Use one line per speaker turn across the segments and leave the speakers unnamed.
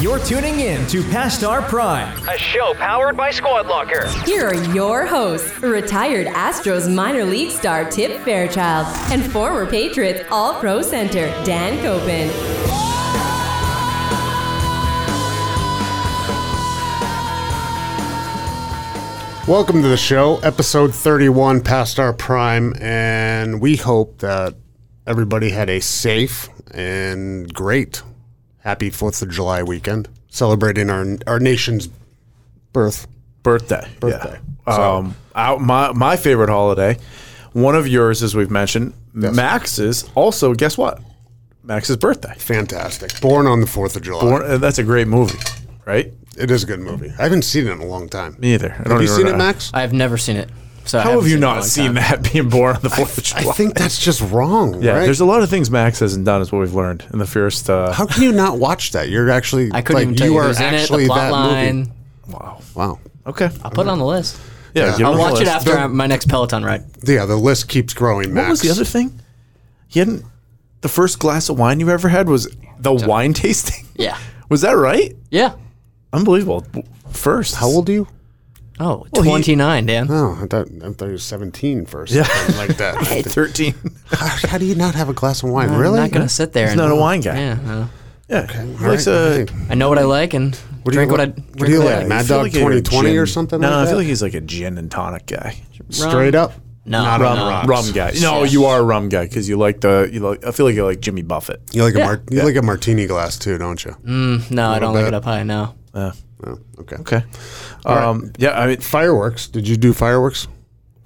You're tuning in to Past Our Prime.
A show powered by Squad Locker.
Here are your hosts, retired Astros minor league star Tip Fairchild and former Patriots All Pro Center Dan Copen.
Welcome to the show, episode 31, past our prime, and we hope that everybody had a safe and great, happy 4th of July weekend, celebrating our, our nation's birth.
birthday.
Birthday.
Yeah.
So-
Um, out, my my favorite holiday. One of yours, as we've mentioned,
Yes.
Max's. Also, guess what? Max's birthday.
Fantastic. Born on the 4th of July.
Born- uh, That's a great movie, right?
It is a good movie. I haven't seen it in a long time.
Me either. I
Have
don't
you
even
seen it,
remember.
Max?
I've never seen it. So I
How
haven't
have you
seen it in a
not
long
seen
time.
that being born on the Fourth of July?
I think that's just wrong,
yeah.
right?
There's a lot of things Max hasn't done, is what we've learned in the first. Uh,
How can you not watch that? You're actually
I couldn't
like,
even tell you,
are
who's in it, the
actually
plot
that
line.
movie. Wow.
okay.
I'll put it on the list.
Yeah. give
I'll
him a
watch it
list.
after
Don't-
I- my next Peloton ride.
Yeah, the list keeps growing, Max.
What was the other thing? He hadn't. The first glass of wine you ever had was the wine tasting.
Yeah.
Was that right?
Yeah.
Unbelievable. First.
How old are you?
Oh,
Well, he-
29, Dan.
Oh, I thought, I thought you were 17 first.
Yeah.
Something like that.
Thirteen.
how, how do you not have a glass of wine? really?
I'm not going to sit there.
He's
and,
not a wine guy.
Yeah. no.
Yeah.
All right,
Likes a-
hey,
I know what I like and
What do you
drink what I
like-
drink.
what do you
what I
like,
like.
Mad
I feel
Dog
you're a
2020 or
gin-
something
No,
like
I feel
that?
like he's like a gin and tonic guy.
Straight up?
No,
Not
rum.
on rocks.
Rum guy. No, you are a rum guy because you like the you like. I feel like you like Jimmy Buffett.
You like a mar- you like a martini glass too, don't you?
Mm. No, I don't like
bit.
it up high. No.
Oh, okay.
Okay. Um, Yeah. I mean,
Fireworks. Did you do fireworks?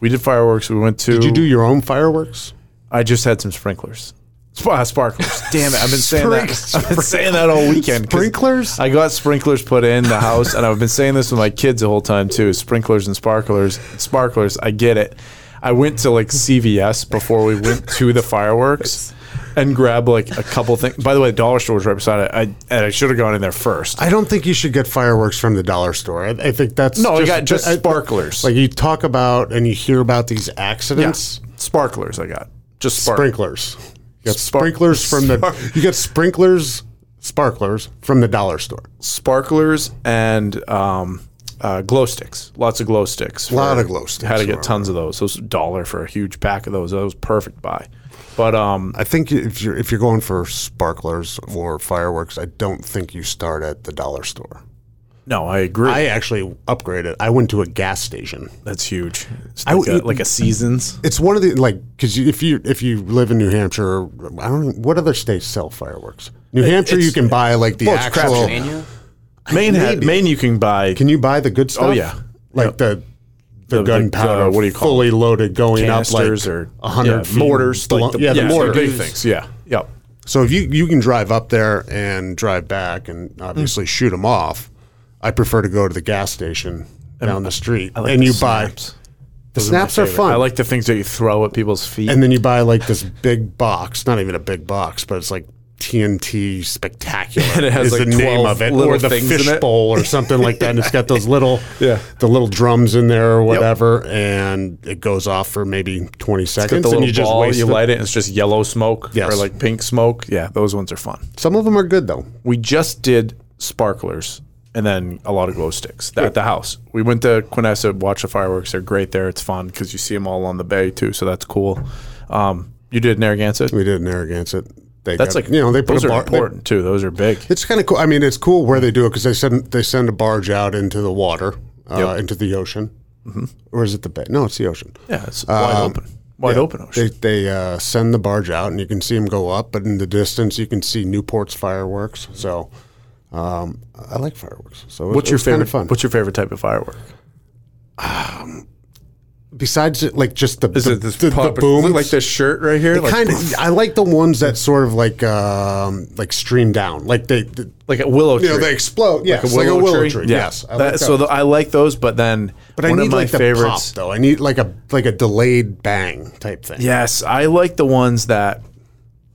we did fireworks. We went to.
Did you do your own fireworks?
I just had some sprinklers. Sp- uh, sparklers. Damn it! I've been saying that.
Sprink-
I've been saying that all weekend. 'cause
Sprinklers?
I got sprinklers put in the house, and I've been saying this with my kids the whole time too. Sprinklers and sparklers. Sparklers. I get it. I went to like CVS before we went to the fireworks. And grabbed like a couple things. By the way, the dollar store was right beside it. I and I should have gone in there first.
I don't think you should get fireworks from the dollar store. I, I think that's
No, I got just sparklers.
Like you talk about and you hear about these accidents.
Sparklers. I got just sparklers.
Sprinklers. You got
Spar-
sprinklers from the.
Spar-
You got sprinklers, sparklers from the dollar store.
sparklers and um, uh, glow sticks. Lots of glow sticks.
Lot
for-
of glow sticks
Had to
were-
get tons of those. Those dollar for a huge pack of those. That was perfect buy. But um,
I think if you're if you're going for sparklers or fireworks, I don't think you start at the dollar store.
no, I agree.
I actually upgraded. I went to a gas station.
That's huge. It's
I
like,
w-
a, like a seasons.
It's one of the like because you, if you if you live in New Hampshire, I don't what other states sell fireworks. New Hampshire, you
it's-
can buy like the
well, it's crap
actual.
shoot.
Mania?
Maine, had, Maine, you can buy.
Can you buy the good stuff?
Oh, yeah.
like
Yep.
the
The-
the,
the,
gunpowder.
uh, what do you call
Fully loaded, going
canisters
up like
or
a hundred
yeah,
feet
mortars,
blo-
like the,
yeah, the
mortar
mortars.
big things. Yeah, yep.
So if you you can drive up there and drive back and
Hmm.
obviously shoot 'em shoot them off, I prefer to go to the gas station down the street and
the
you
snaps.
buy the snaps are fun.
I like the things that you throw at people's feet.
and then you buy like this big box, not even a big box, but it's like TNT Spectacular
And it has,
is
like,
the name
12
of it,
little
or the
things in it.
fishbowl or something like that. And it's got those little
Yeah.
the little drums in there or whatever, and it goes off for maybe twenty
It's got
seconds,
the
and
little
you just
ball,
waste
you
it.
light it, and it's just yellow smoke
Yes.
or like pink smoke. Yeah, those ones are fun.
Some of them are good though.
We just did sparklers and then a lot of glow sticks at the house. We went to Quinessa, watched the fireworks. They're great there. It's fun because you see them all on the bay too, so that's cool. Um, you did Narragansett.
We did in Narragansett. They
That's
got-
like
you know they put
those
a bar,
are
they,
important too. Those are big.
It's kind of cool. I mean, it's cool where they do it because they send they send a barge out into the water, uh,
Yep. Mm-hmm.
into the ocean, or is it the bay? No, it's the ocean.
Yeah, it's wide
Um,
open, wide
Yeah.
open ocean.
They, they uh, send the barge out, and you can see them go up, but in the distance, you can see Newport's fireworks. So, um, I like fireworks. So, it-
what's
it
your
was kinda
favorite?
fun.
What's your favorite type of firework?
besides it, like just the
Is
the,
it this
the, the
pop-
booms?
like this shirt right here?
It
Like,
kind of. I like the ones that sort of like um, like stream down, like they, they
like a willow tree.
you know they explode. Yes, like a willow, tree. Yes, I
That-
like
so
those.
the, I like those, but then
But I
one
need
of my
like the
favorites.
pop though. I need like a like a delayed bang type thing.
Yes, I like the ones that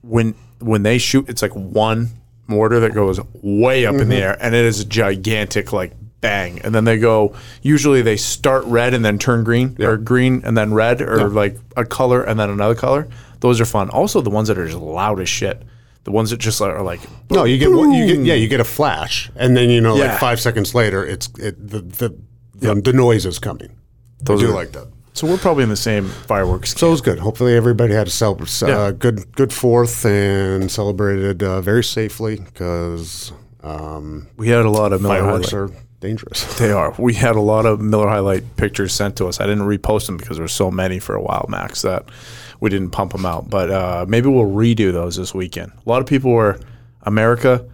when when they shoot, it's like one mortar that goes way up in the air, and it is a gigantic like bang, and then they go. Usually, they start red and then turn green, or green and then red, or like a color and then another color. Those are fun. Also, the ones that are just loud as shit. The ones that just are like
No, you get one, you get yeah, you get a flash, and then you know
Yeah.
like five seconds later, it's it the the the, the noise is coming.
those
I do
are-
like that.
So we're probably in the same fireworks.
So it was good. Hopefully, everybody had a cel- uh,
Yeah.
good good fourth and celebrated uh, very safely because um,
we had a lot of Miller
fireworks
highlight.
are dangerous.
they are. We had a lot of Miller highlight pictures sent to us. I didn't repost them because there were so many for a while, Max, that we didn't pump them out. But uh, maybe we'll redo those this weekend. A lot of people were America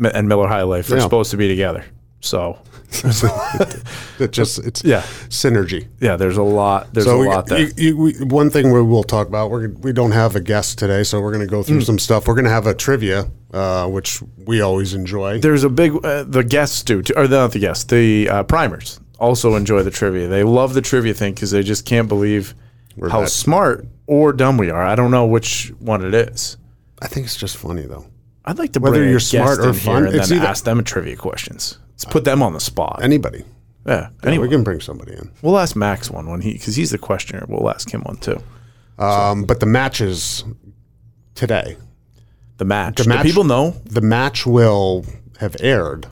M- and Miller High Life are
Yeah.
supposed to be together. So
it just it's
Yeah.
synergy.
yeah, there's a lot. There's
so
a
we,
lot there.
you, you, we, one thing we will talk about we're, gonna- we don't have a guest today, so we're going to go through
Mm.
some stuff. We're going to have a trivia, uh, which we always enjoy.
there's a big uh, the guests do too, or not the guests the uh, primers also enjoy the trivia they love the trivia thing because they just can't believe how
that-
smart or dumb we are i don't know which one it is
I think it's just funny though.
i'd like to
Whether
bring a
you're
guest
smart or
in here
fun,
and
it's
then
either-
ask them trivia questions let's put them on the spot
Anybody,
yeah
Yeah,
anyway
we can bring somebody in.
we'll ask max one when he because he's the questioner we'll ask him one too
Um, but the matches today,
the match
The
the,
match-
people know
the match will have aired.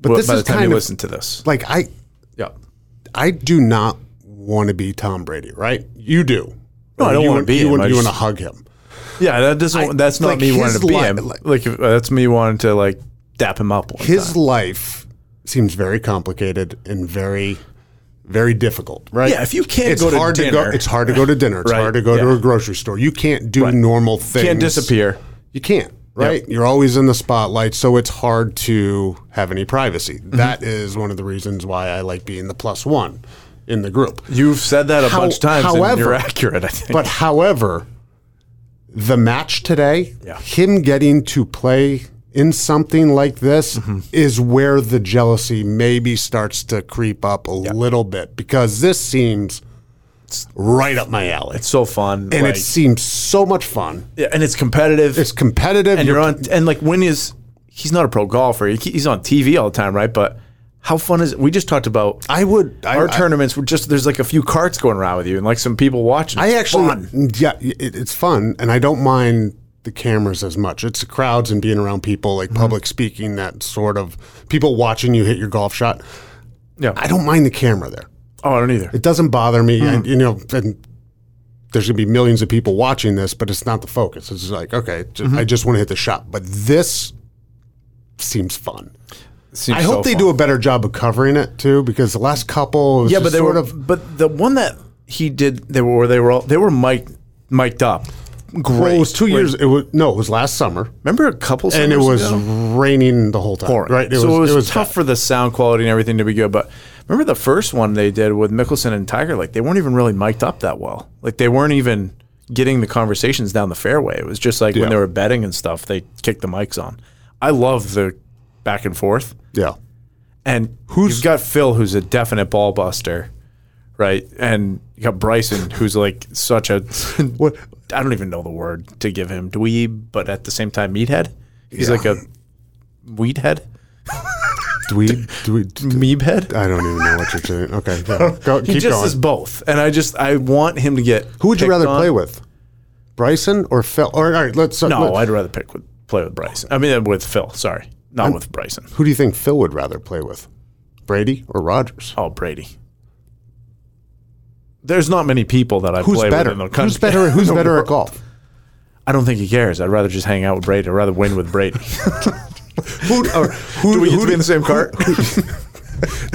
But
but
this
by
is
the time
kind
you
of
listen to this
like I
yeah
I do not want to be Tom Brady, right? You do.
No, I don't
You
wanna
want-
be
you
him.
Want,
I
you want to
just-
hug him?
yeah that doesn't
I-
that's not
like,
me
his
wanting to be
li-
him
like-
like if- that's me wanting to like dap him up one
His life seems very complicated and very, very difficult, right?
Yeah, if you can't
it's
go to
hard go,
dinner-
it's hard to go to dinner. It's
Right,
hard to go to
yeah.
a grocery store. You can't do
Right.
normal things.
can't disappear.
You can't, right? You're always in the spotlight, so it's hard to have any privacy.
Mm-hmm.
That is one of the reasons why I like being the plus one in the group.
You've said that a
How-
bunch of times, and
however-
you're accurate. I think.
But however, the match today,
Yeah.
him getting to play in something like this
Mm-hmm.
is where the jealousy maybe starts to creep up a little bit because this seems right up my alley.
it's so fun,
and
like-
it seems so much fun.
yeah, and it's competitive,
It's competitive.
and you're on, and like when is he's not a pro golfer. He, he's on TV all the time, right? But how fun is it? We just talked about
I would. I,
our
I-
tournaments. Were just there's like a few carts going around with you, and like some people watching.
I
It's
actually,
fun.
yeah, it, it's fun, and I don't mind the cameras as much. It's the crowds and being around people,
Mm-hmm.
like public speaking, that sort of people watching you hit your golf shot.
yeah.
I don't mind the camera there.
oh, I don't either.
It doesn't bother me.
Hmm.
I, you know, and there's gonna be millions of people watching this, but it's not the focus. It's just like, okay, ju-
Mm-hmm.
I just want to hit the shot. But this seems fun. I hope they do a better job of covering it too, because the last couple, was
Yeah, but they
sort
were.
of
but the one that he did, they were they were all they were mic mic'd up. Great.
well, it was two
Like,
years. It was no, it was last summer,
Remember a couple,
and it
summers
was
ago?
raining the whole time.
pouring.
Right?
so it was, tough
bad.
for the sound quality and everything to be good. But remember the first one they did with Mickelson and Tiger, like they weren't even really mic'd up that well. Like they weren't even getting the conversations down the fairway. It was just like
Yeah.
when they were betting and stuff, they kicked the mics on. I love the back and forth.
Yeah.
And who's got Phil, who's a definite ball buster, right? And you got Bryson, who's like such a
What?
I don't even know the word to give him dweeb, but at the same time, meathead. He's
Yeah.
like a weed head,
Do we? Do we?
meeb head.
I don't even know what you're doing. Okay, yeah. go,
he
keep
just
going.
is both, and I just I want him to get.
Who would you
picked
rather
on.
play with, Bryson or Phil? Or all right, let's.
No,
let
I'd rather pick with play with Bryson. I mean, uh, with Phil. Sorry, not with Bryson.
who do you think Phil would rather play with, Brady or Rogers?
Oh, Brady. There's not many people that I
Who's
play
better?
with in the country.
Who's better? Who's
in the
better at
world.
golf?
I don't think he cares. I'd rather just hang out with Brady. I'd rather win with Brady.
Who? Or who
Do we get
who
to be in the same cart?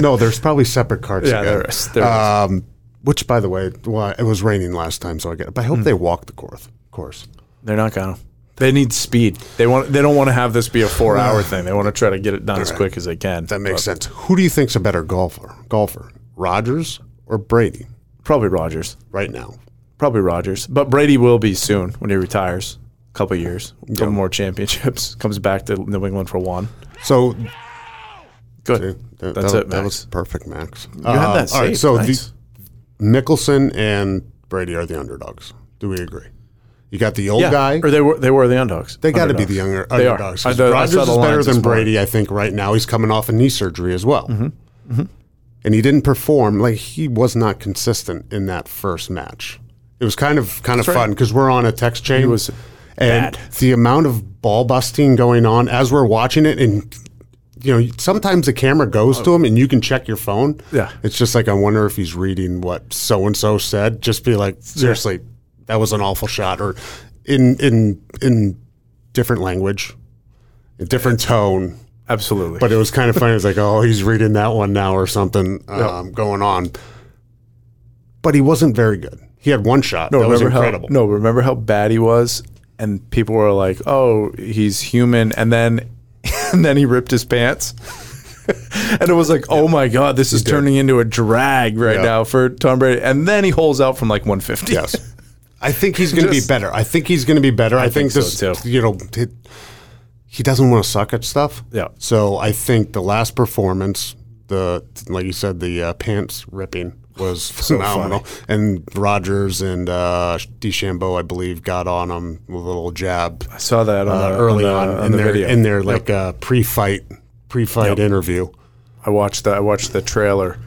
no, there's probably separate carts.
Yeah,
again.
there is. There is.
um, which, by the way, well, it was raining last time, so I get it. But I
Hmm.
hope they walk the course. Course.
They're not gonna. They need speed. They want. They don't want to have this be a four-hour thing. They want to try to get it done as quick as they can.
That makes sense. Who do you think's a better golfer? Golfer, Rogers or Brady?
Probably Rogers.
Right now,
Probably Rogers, but Brady will be soon when he retires. A couple years, a couple more championships. Comes back to New England for one.
so
Good.
that,
That's
that,
it,
that
Max.
was perfect, Max. You
had that
All right,
saved.
so the,
Nice.
Mickelson and Brady are the underdogs. Do we agree? You got the old
yeah,
guy.
or they were they were the underdogs.
They got to be
Underdogs.
the younger
They are.
underdogs.
I-
'cause
the- I
Rodgers
saw
is
the
better
lines
than
this morning. Mm-hmm.
Brady, I think, right now. He's coming off a knee surgery as well. And he didn't perform. Like, he was not consistent in that first match. It was kind of kind of fun because we're on a text chain.
was-
And
Bad.
the amount of ball busting going on as we're watching it, and you know, sometimes the camera goes to him, and you can check your phone.
Oh. Yeah.
it's just like I wonder if he's reading what so and so said. Just be like, seriously, that was an awful shot, or in in in different language, a different tone.
Absolutely.
But it was kind of funny. It was like, oh, he's reading that one now or something um, going on. But he wasn't very good. He had one shot. that was incredible.
How, no, remember how bad he was, and people were like, "Oh, he's human," and then, and then he ripped his pants, and it was like, "Oh my god, this is turning into a drag right
Yeah.
now for Tom Brady." And then he holes out from like 150.
Yes. I think he's going to be
Just-
better. I think he's going to be better. I, think,
think so,
this,
too.
you know, it, he doesn't want to suck at stuff.
Yeah.
So I think the last performance, the like you said, the uh, pants ripping was phenomenal. And Rogers and uh, DeChambeau, I believe, got on him with a little jab.
I saw that on
uh,
the-
early
on
on,
the, on
in
the
their
video.
in their like uh, pre-fight pre-fight interview.
I watched that. I watched the trailer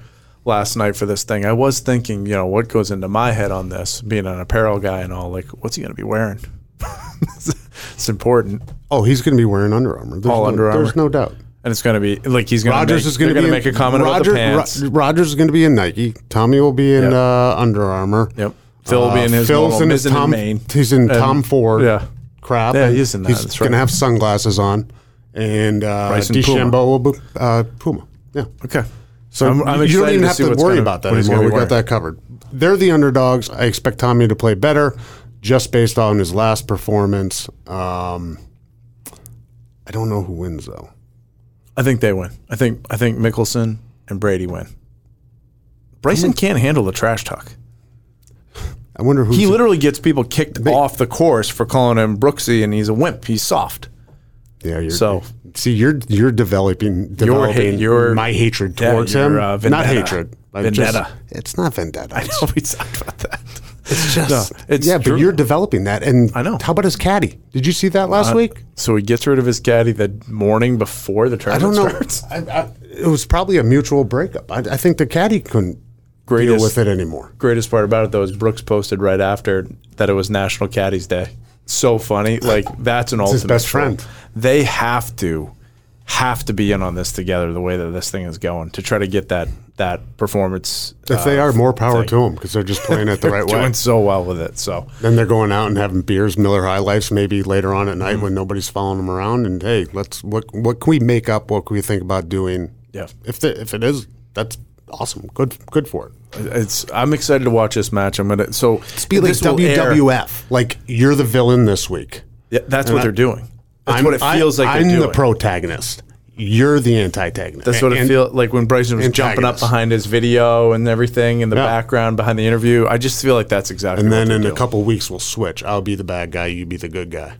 last night for this thing. I was thinking, you know, what goes into my head on this, being an apparel guy and all, like, what's he going to be wearing? it's important,
Oh, he's going to be wearing Under Armour. There's
All
no,
Under Armour.
There's no doubt.
and it's going to be like he's going to.
Rogers
make,
is going to
they're
be
gonna
in-
make a comment
Roger-
about the pants.
Ro- Rogers is going to be in Nike. Tommy will be in
Yep.
uh, Under Armour.
Yep. Phil will be in his normal
Uh, his
Mizzen and
Tom.
Main.
He's in
And-
Tom Ford.
yeah.
Crap.
Yeah,
and
he's in that,
He's
that's
going to
right.
have sunglasses on, and uh,
Bryson
DeChambeau
Puma.
will be uh, Puma. Yeah.
Okay.
So
I'm- I'm
you don't
excited
even
to
have
see
to
what's
worry
gonna-
about that
what he's
anymore. We
gonna be
got that covered. They're the underdogs. I expect Tommy to play better, just based on his last performance. Um, I don't know who wins though.
I think they win. I think I think Mickelson and Brady win. Bryson can't handle the trash talk.
I wonder who
He literally gets people kicked off the course for calling him Brooksy, and he's a wimp. He's soft.
Yeah, you're,
So-
see, you're you're developing
Your hate-
developing
your-
my hatred
Yeah,
towards
your,
him.
uh,
Not
vendetta.
hatred. I just-
Vendetta.
it's not vendetta. It's,
we talked about that.
it's just
No, it's
yeah,
true.
but you're developing that. And
I know. Uh,
How about his caddy? Did you see that last week?
So he gets rid of his caddy the morning before the
I
tournament
don't know.
starts.
I, I, it was probably a mutual breakup. I, I think the caddy couldn't deal
Greatest-
with it anymore.
Greatest part about it though is Brooks posted right after that it was National Caddies Day. So funny. Like that's an
his
ultimate
best
troll.
friend.
They have to have to be in on this together the way that this thing is going to try to get that that performance
If they are, more power
Uh, thing.
to them because they're just playing it the right
doing
way.
so well with it. So
Then they're going out and having beers, Miller High Lifes, maybe later on at
Mm-hmm.
night when nobody's following them around. And hey, let's what what can we make up? What can we think about doing?
Yeah.
if the, if it is, that's awesome. Good good for it.
it's I'm excited to watch this match. I'm gonna so
Be like
this will air-
WWF. Like you're the villain this week.
Yeah, that's what
I-
they're doing. That's
I'm,
what it feels like
I, am
they're
the
doing.
protagonist. You're the antagonist.
That's what it
And-
feels like when Bryson was jumping up
antagonist.
behind his video and everything in the
Yeah.
background behind the interview. I just feel like that's exactly.
And
what
then
they're
in a
doing.
couple weeks we'll switch. I'll be the bad guy. You be the good guy.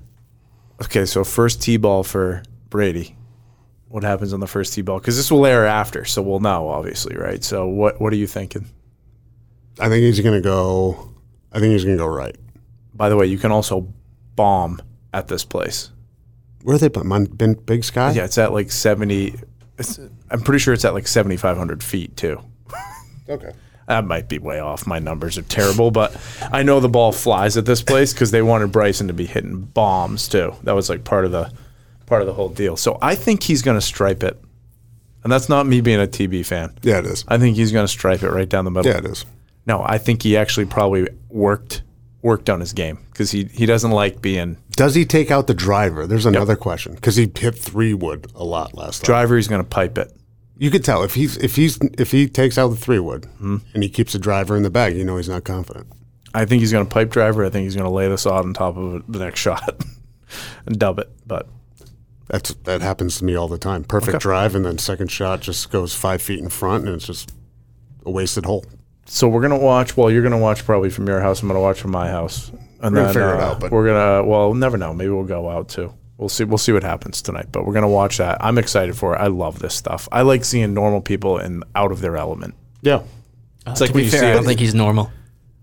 Okay, so first tee ball for Brady. What happens on the first tee ball? Because this will air after, so we'll know obviously, right? So what what are you thinking?
I think he's gonna go. I think he's gonna go right.
By the way, you can also bomb at this place.
Where are they? But Mon- Bin- Big Sky.
Yeah, it's at like seventy. It's, I'm pretty sure it's at like seventy five hundred feet too.
Okay.
That might be way off. My numbers are terrible, but I know the ball flies at this place because they wanted Bryson to be hitting bombs too. That was like part of the part of the whole deal. So I think he's going to stripe it, and that's not me being a TB fan.
Yeah, it is.
I think he's going to stripe it right down the middle.
Yeah, it is.
No, I think he actually probably worked worked on his game because he he doesn't like being
Does he take out the driver? There's another question because he hit three wood a lot last time.
driver. He's going to pipe it.
You could tell if he's if he's if he takes out the three wood
Hmm.
and he keeps the driver in the bag, you know he's not confident.
I think he's going to pipe driver. I think he's going to lay this out on top of the next shot and dub it. But
That's that happens to me all the time. Perfect drive and then second shot just goes five feet in front and it's just a wasted hole.
so we're gonna watch. Well, you're gonna watch probably from your house. I'm gonna watch from my house, and
We're gonna
then
figure it
uh,
out, but-
we're gonna. Well, never know. Maybe we'll go out too. We'll see. We'll see what happens tonight. But we're gonna watch that. I'm excited for it. I love this stuff. I like seeing normal people and out of their element.
Yeah.
It's like
Uh, To be
when you
fair,
see.
I
it-
don't think he's normal.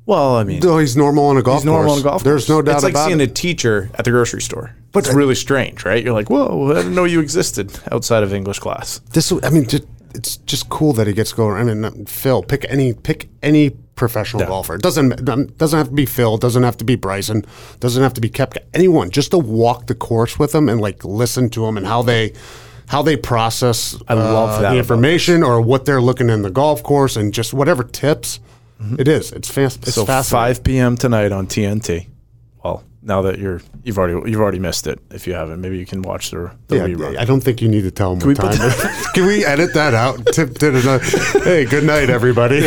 well, I mean,
No, he's normal on a golf
he's normal
course.
on a golf.
There's
course.
no doubt
It's like
about
seeing
it.
a teacher at the grocery store. But it's really strange, right? You're like, whoa, I didn't know you existed outside of English class.
This I mean ju- it's just cool that he gets to go. around. I mean, not- Phil, pick any pick any professional
Yeah.
golfer. It doesn't doesn't doesn't have to be Phil. Doesn't have to be Bryson. Doesn't have to be Kepka. Anyone just to walk the course with them and like listen to them and how they how they process uh,
I love that about
the information or what they're looking in the golf course and just whatever tips. It is. It's fast. It's
Mm-hmm. so
fascinating.
5 p.m. tonight on TNT. Well, now that you're you've already you've already missed it. If you haven't, maybe you can watch the, the rerun.
Yeah, I don't think you need to tell them what
we put
time. Can we edit that out? Tip, did it, uh, hey, good night, everybody.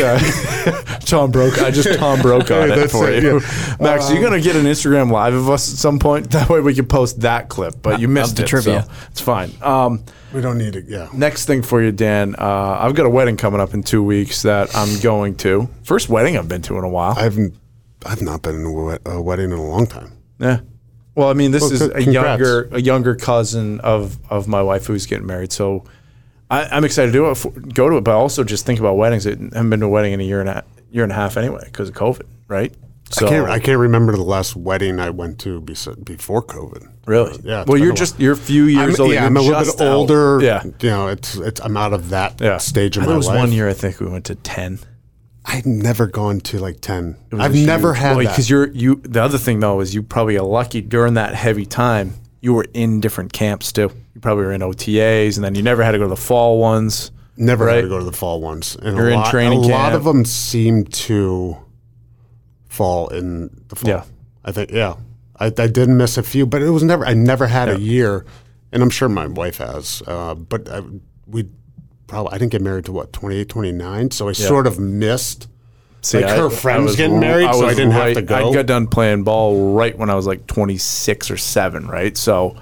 Tom broke. I just Tom broke on
Hey,
it
that's
for
it,
you.
yeah. Um,
Max, you're gonna get an Instagram live of us at some point. That way we can post that clip. But you missed
the
it,
trivia.
so it's fine. Um,
We don't need it. Yeah.
next thing for you, Dan. Uh, I've got a wedding coming up in two weeks that I'm going to. First wedding I've been to in a while.
I haven't. I've not been in a, wed- a wedding in a long time.
Yeah. Well, I mean, this
Well,
is
c-
a
congrats.
younger a younger cousin of of my wife who's getting married. So I, I'm excited to do it, for, go to it, but also just think about weddings. I haven't been to a wedding in a year and a year and a half anyway because of COVID, right? So
I can't. I can't remember the last wedding I went to bes- before COVID.
really,
Yeah, it's
Well,
been
you're
a
just
while.
you're a few years
I'm, yeah,
older. You're
I'm a little
just
bit
out.
older.
Yeah,
You know, it's it's. I'm out of that
yeah.
stage of my
There was
life.
one year I think we went to ten.
I've never gone to like ten.
It was
I've
a
never
huge-
had
well,
that.
because you're you. The other thing though is you probably are lucky during that heavy time. You were in different camps too. You probably were in OTAs, and then you never had to go to the fall ones.
never had to
right.
go to the fall ones. And
You're
a
in
lot,
training
A lot
camp.
of them seem to fall in the fall.
Yeah.
I think. Yeah, I, I did miss a few, but it was never. I never had a year, and I'm sure my wife has. Uh, but I, we probably. I didn't get married to what 28, 29, so I sort of missed.
See,
Like, her friends getting married, so I
was
didn't have
right-
to go.
I got done playing ball right when I was like 26 or 7, right? So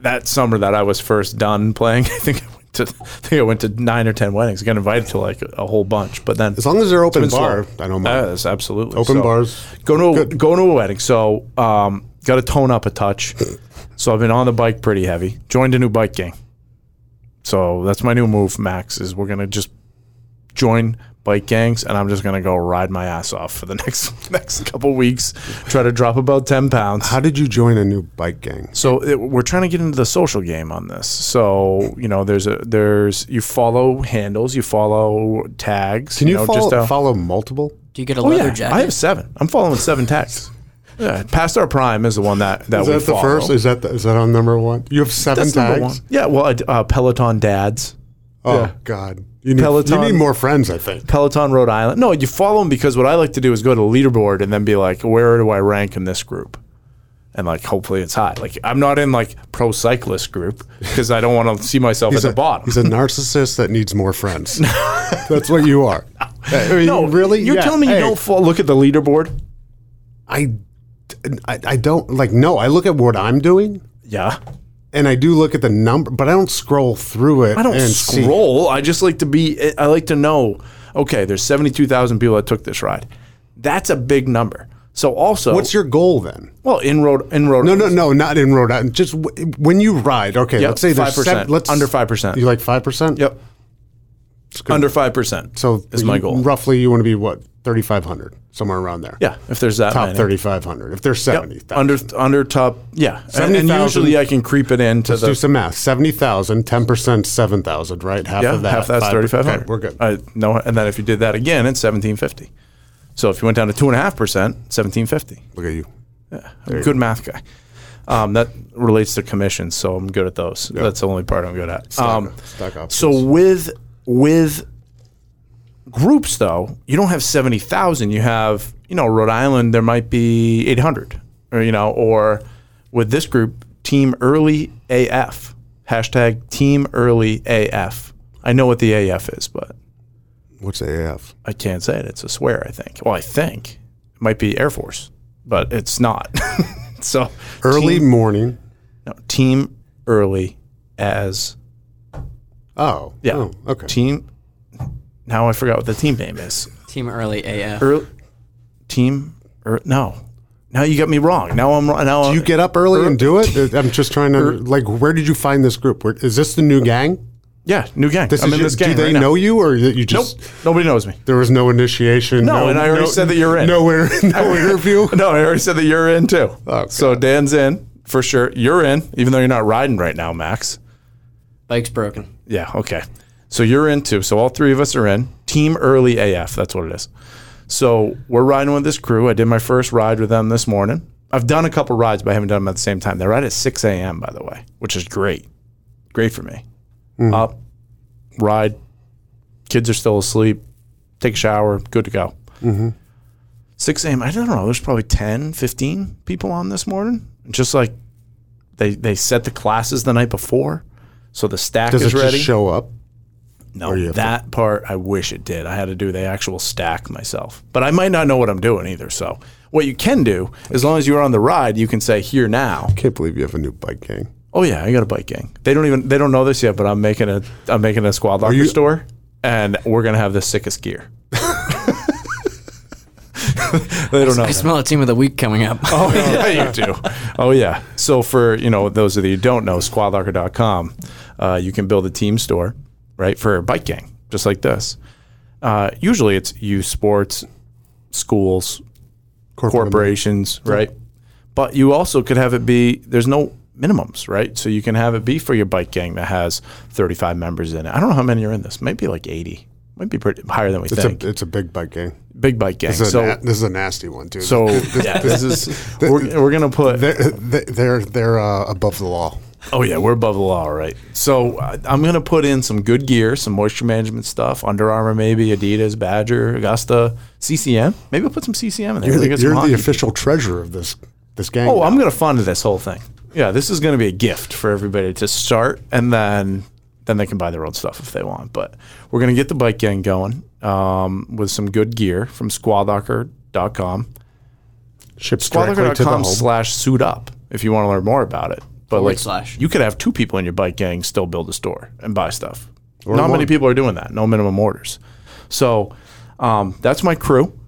that summer that I was first done playing, I think I went to, I think I went to 9 or 10 weddings. I got invited to like a whole bunch, but then
As long as they're open
been slow. Uh,
bar, I don't mind.
Yes, absolutely.
Open bars,
Go to a,
good.
go to a wedding. So, um, got to tone up a touch. so I've been on the bike pretty heavy. Joined a new bike gang. So that's my new move, Max. Is we're gonna just join bike gangs, and I'm just gonna go ride my ass off for the next next couple weeks. Try to drop about ten pounds.
How did you join a new bike gang?
So it, we're trying to get into the social game on this. So you know, there's a there's you follow handles, you follow tags.
Can you,
know,
follow,
just how-
follow multiple?
Do you get a
Oh,
leather
yeah.
jacket?
I have seven. I'm following seven tags. Yeah, past our prime is the one that that
Is
we
that the
follow.
first? Is that the, is that on number one? You have seven
That's number one.
tags.
Yeah, well, uh, uh, Peloton dads,
Oh
Yeah.
God, you need,
Peloton.
you need more friends. I think.
Peloton Rhode Island. No, you follow them because what I like to do is go to the leaderboard and then be like, where do I rank in this group? And like, hopefully it's high. Like, I'm not in like pro cyclist group because I don't want to see myself at the
a,
bottom.
He's a narcissist that needs more friends. That's what you are. I mean,
no,
really?
You're
Yeah.
telling me
Hey,
you don't fo- look at the leaderboard?
I, I, I don't like. No, I look at what I'm doing,
Yeah,
and I do look at the number, but I don't scroll through it.
I don't
and see.
scroll. I just like to be. I like to know. Okay, there's seventy-two thousand people that took this ride. That's a big number. So also,
What's your goal then?
well in road in road?
No, no, no, not in Rhode Island. Just w- when you ride. Okay,
Yeah,
let's say there's
5%,
seven- let's
under 5%.
You like five percent?
Yep, under five percent.
So
is
you-
my goal.
Roughly, you want to be what thirty five hundred somewhere around there.
Yeah, if there's that
top
many.
thirty five hundred. If there's
Yep,
seventy,
under under top. Yeah, and, and
70,000.
usually I can creep it into
Let's do
the
some math. 70,000, 10%, 7,000, right? Half
yeah
of that.
half that's
five-
thirty-five hundred.
Okay, we're good.
I, no, and then if you did that again, it's seventeen fifty. So if you went down to two and a half percent, seventeen fifty.
Look at you.
I'm a good math guy. Um, that relates to commissions, so I'm good at those. That's the only part I'm good at. Um,
stock options.
so with with groups though, you don't have seventy thousand. You have you know Rhode Island. There might be eight hundred, or you know, or with this group, Team Early AF hashtag Team Early AF. I know what the AF is, but
What's AF?
I can't say it. It's a swear, I think. Well, I think it might be Air Force, but it's not. so
Early
team,
morning.
no, team early as
Oh.
yeah.
Oh, okay.
Team. Now I forgot what the team name is.
Team early AF.
Early, team. Ear no. Now you got me wrong. Now I'm wrong. Now
Do you get up early and do it? I'm just trying to, like, where did you find this group? Where, is this the new gang?
Yeah, new gang.
This
I'm
is
in
your-
this gang.
Do they
right now.
know you or that you just,
Nope. Nobody knows me.
there was no initiation?
No, and I already said that you're in.
No, inter- no interview?
No, I already said that you're in
Oh,
too. so Dan's in for sure. You're in, even though you're not riding right now, Max.
Bike's broken.
Yeah. Okay. So you're in too. So all three of us are in. Team Early AF. That's what it is. So we're riding with this crew. I did my first ride with them this morning. I've done a couple rides, but I haven't done them at the same time. They ride at 6 a.m., by the way, which is great. Great for me.
Hmm.
Up, ride. Kids are still asleep. Take a shower. Good to go.
Mm-hmm.
6 a.m. I don't know. There's probably 10, 15 people on this morning. Just like they, they set the classes the night before. So the stack
Does
is
it
ready.
just show up?
No,
Or you have
that part I wish it did. I had to do the actual stack myself, but I might not know what I'm doing either. So, what you can do, as long as you're on the ride, you can say here now.
Can't believe you have a new bike gang.
Oh yeah, I got a bike gang. They don't even they don't know this yet, but I'm making a I'm making a squad locker
you-
store, and we're gonna have the sickest gear. they don't know.
I
that.
smell a team of the week coming up.
Oh yeah, you do. Oh yeah. So for you know those of you who don't know, squadlocker.com, uh, you can build a team store, right, for a bike gang, just like this. Uh, usually it's youth sports, schools, corporations, right? But you also could have it be there's no minimums, right? So you can have it be for your bike gang that has 35 members in it. I don't know how many are in this. Maybe like 80. Might be pretty higher than we
It's
think.
a it's a big bike gang.
Big bike gang.
This is,
So
a na- this is a nasty one too.
so yeah, this is we're, we're gonna put
they're they- they're, they're uh, above the law.
Oh yeah, we're above the law, all right. So uh, I'm gonna put in some good gear, some moisture management stuff, Under Armour, maybe Adidas, Badger, Augusta, CCM. Maybe I'll put some CCM in there.
You're the,
Maybe get some
you're the
hockey.
official treasurer of this this gang.
Oh,
now.
I'm gonna fund this whole thing. Yeah, this is gonna be a gift for everybody to start, and then then they can buy their own stuff if they want. But we're gonna get the bike gang going um, with some good gear from Squadlocker.com.
ships directly to the
Squadlocker.com
home.
slash suit up if you want to learn more about it. But
Forward
like,
slash.
you could have two people in your bike gang still build a store and buy stuff.
Or
Not many
one.
people are doing that. No minimum orders. So um, that's my crew.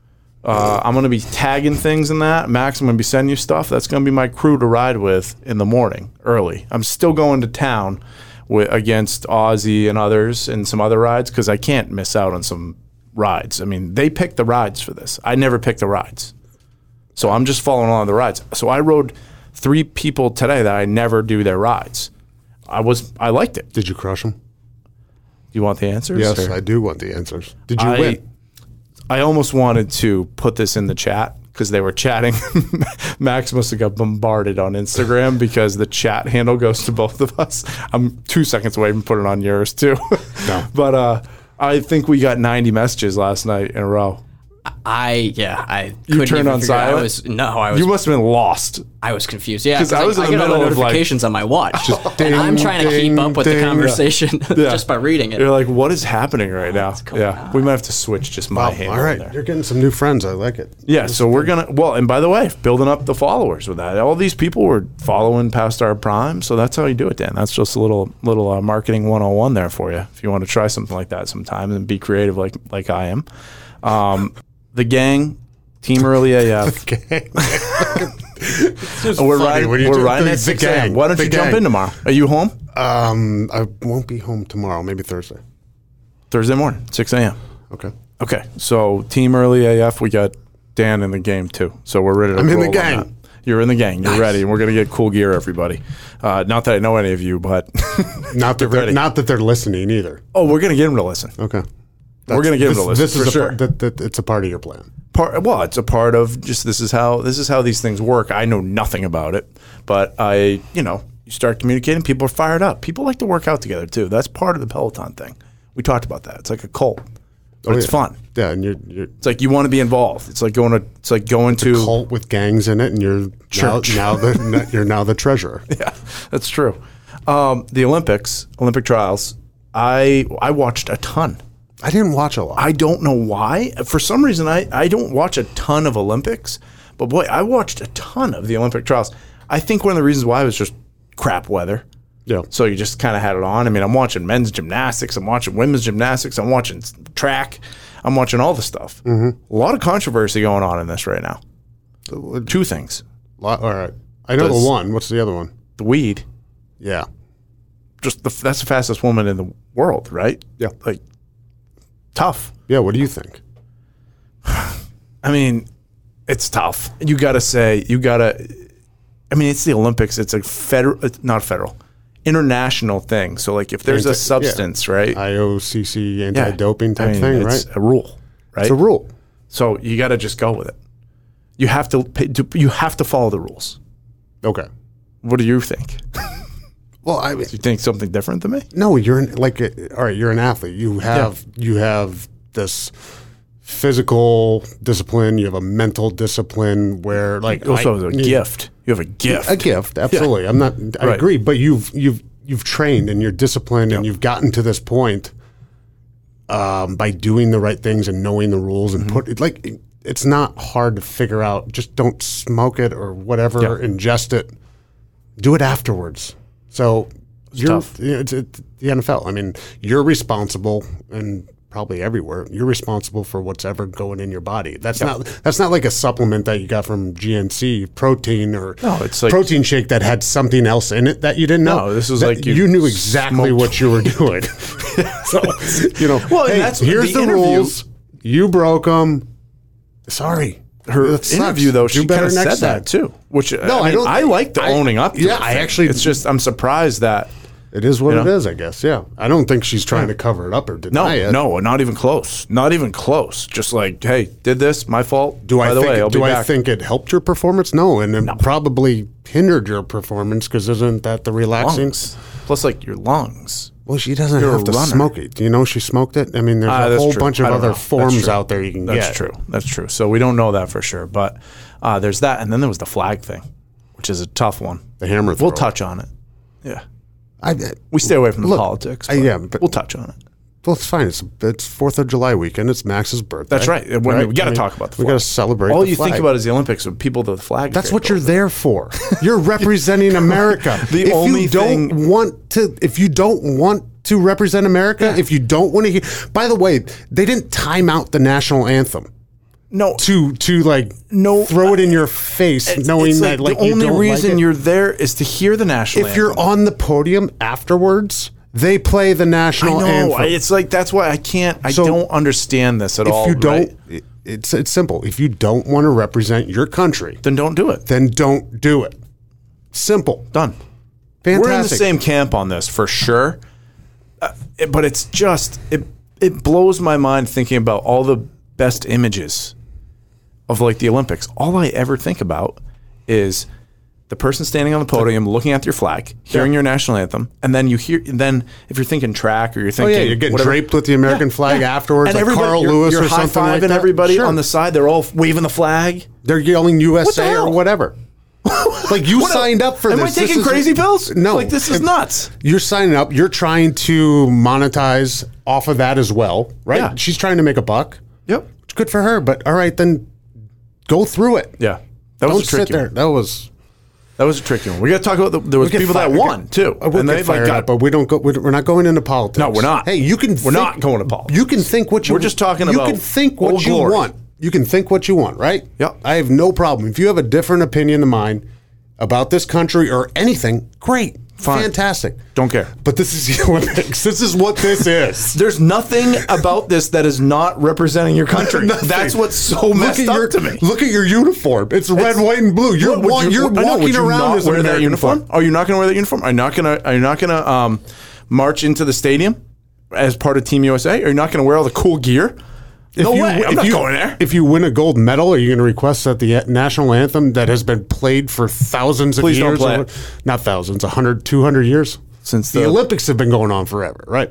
Uh, I'm gonna be tagging things in that. Max, I'm gonna be sending you stuff. That's gonna be my crew to ride with in the morning early. I'm still going to town with against Aussie and others and some other rides because I can't miss out on some rides. I mean, they pick the rides for this. I never pick the rides. So I'm just following along the rides. So I rode three people today that I never do their rides. I was I liked it. Do
Did you crush them?
you want the answers?
Yes,
or-
I do want the answers. Did you
I-
win?
I almost wanted to put this in the chat because they were chatting. Max must have got bombarded on Instagram because the chat handle goes to both of us. I'm two seconds away from putting it on yours too.
No.
but uh, I think we got 90 messages last night in a row.
I yeah, I couldn't
turned
even
on
figure out-
silent?
I was no, I was
You must have been lost.
I was confused. Yeah,
'Cause I was in
like,
the
I get all
middle of, like-
notifications on my watch. and
ding,
I'm trying to
ding,
keep up with
ding.
the conversation just by reading it.
You're like, what is happening right now?
going
Yeah, we might have to switch just my
Oh,
handle.
all
in
right,
there.
you're getting some new friends. I like it.
Yeah, so we're gonna well, and by the way, building up the followers with that. All these people were following past our prime, so that's how you do it, Dan. That's just a little little uh, marketing 101 there for you. If you want to try something like that sometime and be creative like like I am. Um, the gang, Team Early AF.
Okay.
we're
funny
riding,
when you
we're
do
riding
the-
at
the
6 a.m.
gang,
Why don't
the
you jump
gang.
in tomorrow? Are you home?
um, I won't be home tomorrow. Maybe Thursday.
Thursday morning, 6 a.m.
Okay.
Okay, so Team Early AF, we got Dan in the game too. So we're ready to
I'm in the
roll on
gang.
that. You're in the gang. You're ready, and we're gonna get cool gear, everybody. Uh, not that I know any of you, but
Not that they're,
ready.
not that they're listening either.
oh, we're gonna get him to listen.
Okay.
we're gonna get him
this,
to listen
This
for
is a,
sure.
part- that, that, it's a part of your plan.
part well it's a part of just this is how this is how these things work i know nothing about it but i you know you start communicating people are fired up people like to work out together too that's part of the peloton thing we talked about that it's like a cult but it's
Oh, yeah.
fun
Yeah, and you're, you're
it's like you want to be involved it's like going to it's like going to
cult with gangs in it, and you're
Church.
now, now the you're now the treasurer.
yeah, that's true. Um, the Olympics, Olympic trials. I I watched a ton.
I didn't watch a lot.
I don't know why. For some reason, I I don't watch a ton of Olympics, but boy, I watched a ton of the Olympic trials. I think one of the reasons why was just crap weather.
yeah.
So you just kind of had it on. I mean, I'm watching men's gymnastics, I'm watching women's gymnastics, I'm watching s- track, I'm watching all the stuff. A lot of controversy going on in this right now. Two things:
Lot- all right. I know
Does-
the one. What's the other one?
the weed.
Yeah.
just the, that's the fastest woman in the world, right?
Yeah.
Like tough.
Yeah. What do you think?
I mean, it's tough. You got to say you got to I mean, it's the Olympics. It's a federal not federal. international thing. So like if there's
Anti- yeah.
a substance, right?
IOCC
Yeah.
anti-doping type
I mean,
thing,
it's
right?
A rule, right?
It's a rule.
So you got to just go with it. You have to pay, do- you have to follow the rules.
Okay.
What do you think? Do
Well, I mean,
you think something different than me?
no, you're an, like, uh, all right, you're an athlete. You have you have this physical discipline. You have a mental discipline where, like,
Also,
I-
a
yeah,
gift. You have a gift.
a gift. Absolutely, I'm not. I
Right.
agree, but you've you've you've trained and you're disciplined and you've gotten to this point um, by doing the right things and knowing the rules
Mm-hmm.
and put it like it- it's not hard to figure out. Just don't smoke it or whatever,
Yeah.
ingest it. Do it afterwards. So you're
tough.
you know, it's, it's the NFL. I mean, you're responsible and. Probably everywhere you're responsible for what's ever going in your body. That's not that's not like a supplement that you got from GNC protein or
No, it's like-
protein shake that had something else in it that you didn't know.
No, this was
That-
like
you,
you
knew exactly
smoked-
what you were doing. so you know,
Well, and
hey,
that's-
here's
the
the,
interview-
rules. You broke them. Sorry.
her
That sucks.
interview though,
Do
she kind
better
of said
next time.
that too. Which
No,
I,
I
mean,
don't
I
think-
like the
I-
owning up. To
yeah,
it.
I actually-
It's just I'm surprised that
It is what
You
it
know?
is, I guess. Yeah, I don't think she's trying to cover it up or
no,
deny it.
no, not even close. Not even close. Just like, hey, did this? My fault.
Do
By
I
the
think
way, I'll
do
be
I
back.
think it helped your performance? No, and it probably hindered your performance because isn't that the relaxing?
lungs? Plus, like your lungs.
Well, she doesn't
You're a
have to
runner.
smoke it. Do you know she smoked it? I mean, there's
Ah,
a
that's
whole
true.
bunch
I
of
don't
other
know. That's
forms
true.
out there you can
That's
get.
true. That's true. So we don't know that for sure. But uh, there's that, and then there was the flag thing, which is a tough one.
The hammer throw.
We'll touch on it. Yeah,
I,
we stay away from the
Look,
politics.
I-
but
yeah, but-
we'll touch on it.
well, it's fine. It's it's Fourth of July weekend. It's Max's birthday.
That's right. When- We got to talk about the.
We
flag.
got to celebrate.
All
the
you think
flag.
about is the Olympics with people to the flag.
That's
carry
what you're
over.
there for. You're representing America.
The
if
only
you don't
thing-
want to, if you don't want to represent America, if you don't want to hear. By the way, they didn't time out the national anthem
No,
to to like
No,
throw it in your face,
it's-
knowing
it's
that like
the
you
only
don't like
reason
it.
you're there is to hear the national.
if you're on the podium afterwards, they play the national
anthem. I know.
anthem.
I- it's like that's why I can't. I
So,
don't understand this at
if
all.
you don't,
right?
it- it's it's simple. If you don't want to represent your country,
then don't do it.
then don't do it. Simple.
Done.
Fantastic.
We're in the same camp on this for sure. Uh, it- but it's just it it blows my mind thinking about all the best images of like the Olympics. All I ever think about is the person standing on the podium looking at your flag, hearing your national anthem, and then you hear then if you're thinking track or you're
Oh
thinking
yeah, you're getting
whatever-
draped with the American flag afterwards,
and
like
everybody-
Carl
you're-
Lewis
you're
or something like
high-fiving
that.
everybody
Sure.
on the side, they're all waving the flag.
They're yelling USA or
hell?
whatever. like you
What el-
signed up for
Am
this.
I
This
taking
is-
crazy pills?
No,
Like this is
If-
nuts.
You're signing up. You're trying to monetize off of that as well, right?
Yeah.
She's trying to make a buck.
Yep.
It's good for her, but all right, then go through it.
Yeah. That
Don't
was a tricky
sit there.
one.
That was
That was a tricky one. We got to talk about the, there was
get
people
fi-
that
we
won
get-
too,
I will
and
Uh, get
they like
fired
got.
up, but we don't go. we don't- We're not going into politics.
No, we're not.
Hey, you can.
We're not going to politics.
You can think what you.
We're just talking
You
about
can think
Old
what you
Glory.
want. You can think what you want, right?
Yep.
I have no problem if you have a different opinion than mine about this country or anything. Great,
Fine.
fantastic.
Don't care.
But this is the Olympics. this is what this is.
There's nothing about this that is not representing your country.
Nothing.
That's what's so
look
messed
at
up
your,
to me.
Look at your uniform. It's red, white, and blue. You're
What, would
wa-
you-
you're
I know, would
walking
you
around
not
as an
wear that
American
uniform.
flag.
Are you not going to wear that uniform? Are you not going to? Are you not going to um, march into the stadium as part of Team USA? Are you not going to wear all the cool gear? no
If you-
way. I'm
if
not
you-
going there.
If you win a gold medal, are you going to request that the uh, national anthem that has been played for thousands of
Please don't
years?
play
or-
it.
Not thousands, 100, 200 years?
Since
the,
the-
Olympics have been going on forever, right?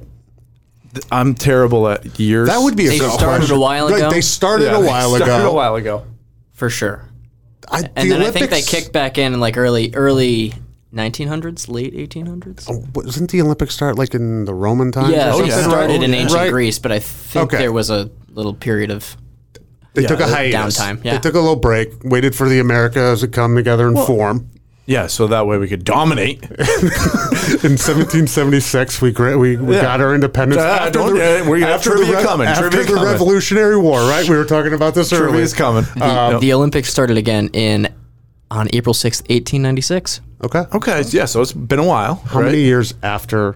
I'm terrible at years.
That would be a
They
good
started
question.
a while
Right,
ago?
they started
Yeah,
a
they
while
started
ago.
A while ago.
for sure.
I,
And
the
then I think they
Olympics-
kicked back in like early early 1900s, late 1800s.
Wasn't the Olympics start like in the Roman times? or
yeah, I think
yeah.
it
something?
started in
Oh, Right.
ancient
Right.
Greece, but I think
Okay.
there was a little period of
They took a
the
hiatus.
downtime, yeah.
They took a little break, waited for the Americas to come together and form.
Yeah, so that way we could dominate.
In 1776, we gra- we, we
Yeah.
got our independence.
Uh, don't- uh, we have trivia
Rev-
coming,
After
trivia
the
coming.
Revolutionary War, right? We were talking about this earlier.
Trivia's coming. Um,
uh,
No.
the Olympics started again in on April 6th, 1896.
Okay.
Okay, yeah, so it's been a while.
How
right?
many years after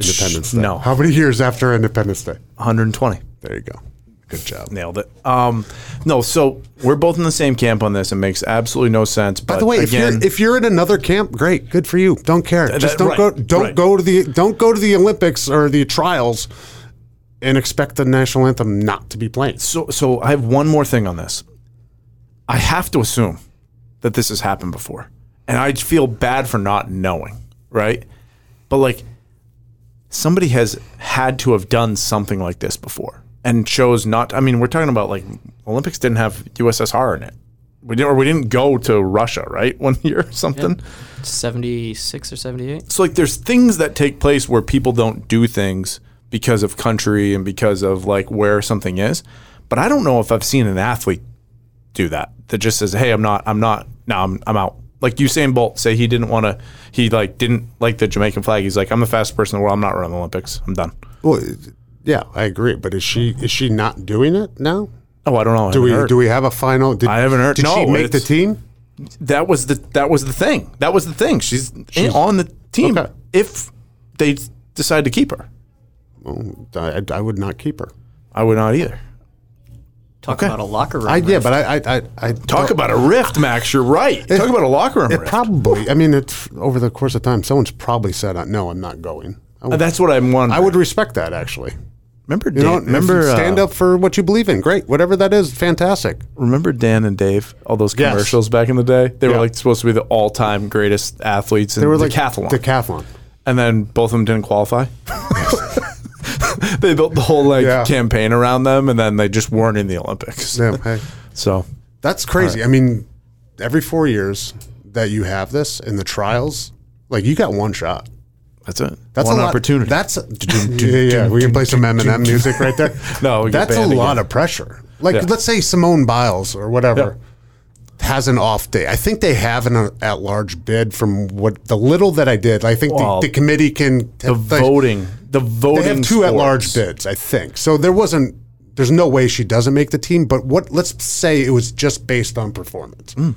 Independence Day?
no.
How many years after Independence Day?
120.
There you go. Good job.
Nailed it. Um, no, so we're both in the same camp on this. It makes absolutely no sense.
By the way, if you're if you're in another camp, great, good for you. Don't care.
Th-
Just
that-
don't go.
right,
Don't
right.
go to the don't go to the Olympics or the trials, and expect the national anthem not to be playing.
so so I have one more thing on this. I have to assume that this has happened before. And I feel bad for not knowing, right? But like somebody has had to have done something like this before and chose not I mean, we're talking about like Olympics didn't have USSR in it. We didn't or we didn't go to Russia, right? One year or something.
Seventy six or seventy eight.
So like there's things that take place where people don't do things because of country and because of like where something is. But I don't know if I've seen an athlete do that that just says, "Hey, I'm not I'm not no, I'm I'm out." Like Usain Bolt say he didn't want to he like didn't like the Jamaican flag. He's like, "I'm the fastest person in the world. I'm not running the Olympics. I'm done."
Well, yeah, I agree. But is she is she not doing it now?
Oh, I don't know. I
Do we
haven't heard.
do we have a final? Did,
I haven't heard-
Did she
no,
make the
it's-
team?
that was the that was the thing. That was the thing. She's, in-
She's-
on the team
Okay.
if they decide to keep her.
I, I would not keep her.
I would not either.
Talk about a locker room.
I yeah,
rift.
but I I I, I
Talk about a rift, Max. You're right. Talk about a locker room
it.
rift.
Probably. I mean, it's over the course of time. Someone's probably said, "No, I'm not going." I
Uh,
would,
That's what I'm wondering.
I would respect that actually.
remember.
You
Dan,
know,
remember
remember stand
uh,
up for what you believe in. Great, whatever that is, fantastic.
Remember Dan and Dave? All those
Yes.
commercials back in the day. They
Yeah.
were like supposed to be the all-time greatest athletes in
They were like
decathlon,
Decathlon.
and then both of them didn't qualify. they built the whole like
Yeah.
campaign around them, and then they just weren't in the Olympics.
Yeah, hey,
So
that's crazy. I mean, every four years that you have this in the trials, like you got one shot.
that's it.
That's
One
a lot,
opportunity.
That's yeah, yeah. We can play some Eminem music right there.
No, we get
that's a
banned
lot
again.
of pressure. Like,
Yeah.
let's say Simone Biles or whatever has an off day. I think they have an uh, at-large bid. From what the little that I did, I think
Well,
the, the committee can
the voting. The voting.
They have two at-large
sports.
bids, I think. So there wasn't. There's no way she doesn't make the team. But what? Let's say it was just based on performance.
Hmm.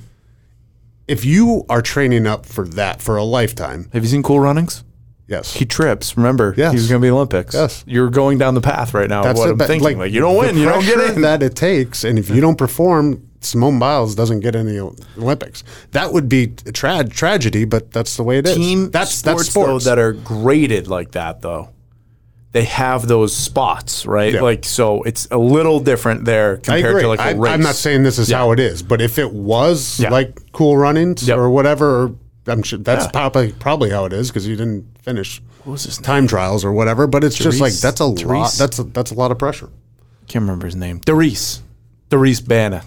If you are training up for that for a lifetime,
Have you seen Cool Runnings?
yes,
He trips. Remember,
Yes.
he's going to be Olympics.
Yes.
You're going down the path right now. of what
the
I'm
be-
thinking. Like, you don't
the
win, you don't get
pressure
in.
that it takes, and if you don't perform, Simone Biles doesn't get in the Ol- Olympics. That would be a tra- tragedy, but that's the way it is.
team
that's
sports,
that's
though
sports.
that are graded like that though they have those spots right
Yeah.
like so it's a little different there
I
compared
agree.
to like a
I,
race
am not saying this is how it is, but if it was
Yeah.
like Cool Runnings
Yep.
or whatever, or I'm sure that's
Yeah.
probably probably how it is because you didn't finish
was his
time trials or whatever. But it's just like
Therese-
that's a lot.
Therese?
That's a, that's a lot of pressure.
can't remember his name Doris Doris Bana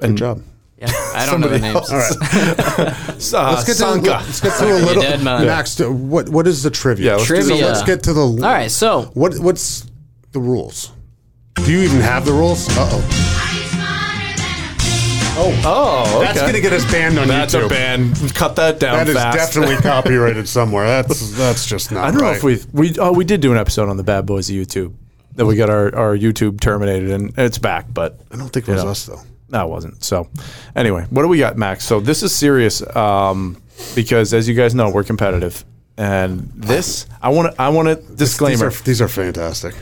Good job.
yeah, I don't know the names.
All right,
Uh,
let's get to
Sanka.
let's get to a little
dead man.
Max. do- What what is the trivia?
Yeah, let's
do Trivia.
let's get to the.
All right, so
What what's the rules? Do you even have the rules? Uh oh.
oh
That's gonna get us banned on
that's
YouTube.
a band cut that down
That is
fast.
definitely copyrighted somewhere. That's that's just not.
I don't know
right.
if we we oh we did do an episode on the Bad Boys of YouTube that we got our, our YouTube terminated and it's back but
I don't think it was us though.
No, it wasn't. So, anyway, what do we got, Max? So this is serious um, because, as you guys know, we're competitive, and this I want to I want to
These
disclaimer,
are, these are fantastic.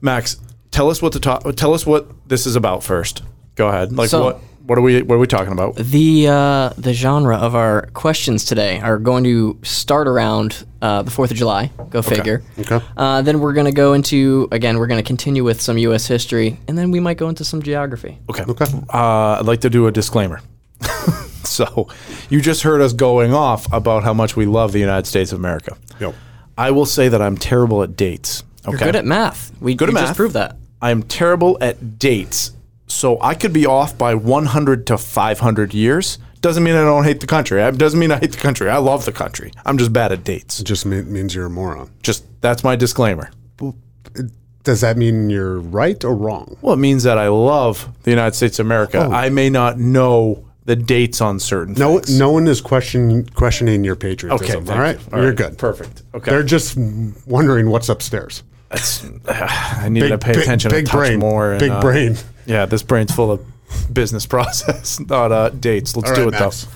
Max. Tell us what the top. Tell us what this is about first. Go ahead. Like
So-
what what are we what are we talking about?
the uh, the genre of our questions today are going to start around uh, the Fourth of July. Go figure.
Okay.
Uh, then we're going to go into again. We're going to continue with some U.S. history, and then we might go into some geography.
Okay. Okay. Uh, I'd like to do a disclaimer. so, you just heard us going off about how much we love the United States of America.
Yep.
I will say that I'm terrible at dates. Okay.
Good at math. We
Good at
we
math.
just proved that.
I'm terrible at dates. So I could be off by 100 to 500 years. Doesn't mean I don't hate the country. It doesn't mean I hate the country. I love the country. I'm just bad at dates.
It just mean, means you're a moron.
Just that's my disclaimer.
Does that mean you're right or wrong?
Well, it means that I love the United States of America. I may not know the dates on certain
Oh. No,
things.
no one is question, questioning your patriotism.
thank
all right,
you.
you.
All
are
right,
good.
perfect. Okay.
They're just wondering what's upstairs.
That's, I need to pay attention
big
a touch
brain,
more. and,
big
uh,
brain.
Yeah, this brain's full of business process, not uh, dates. Let's
All
do
right,
it
Max.
though.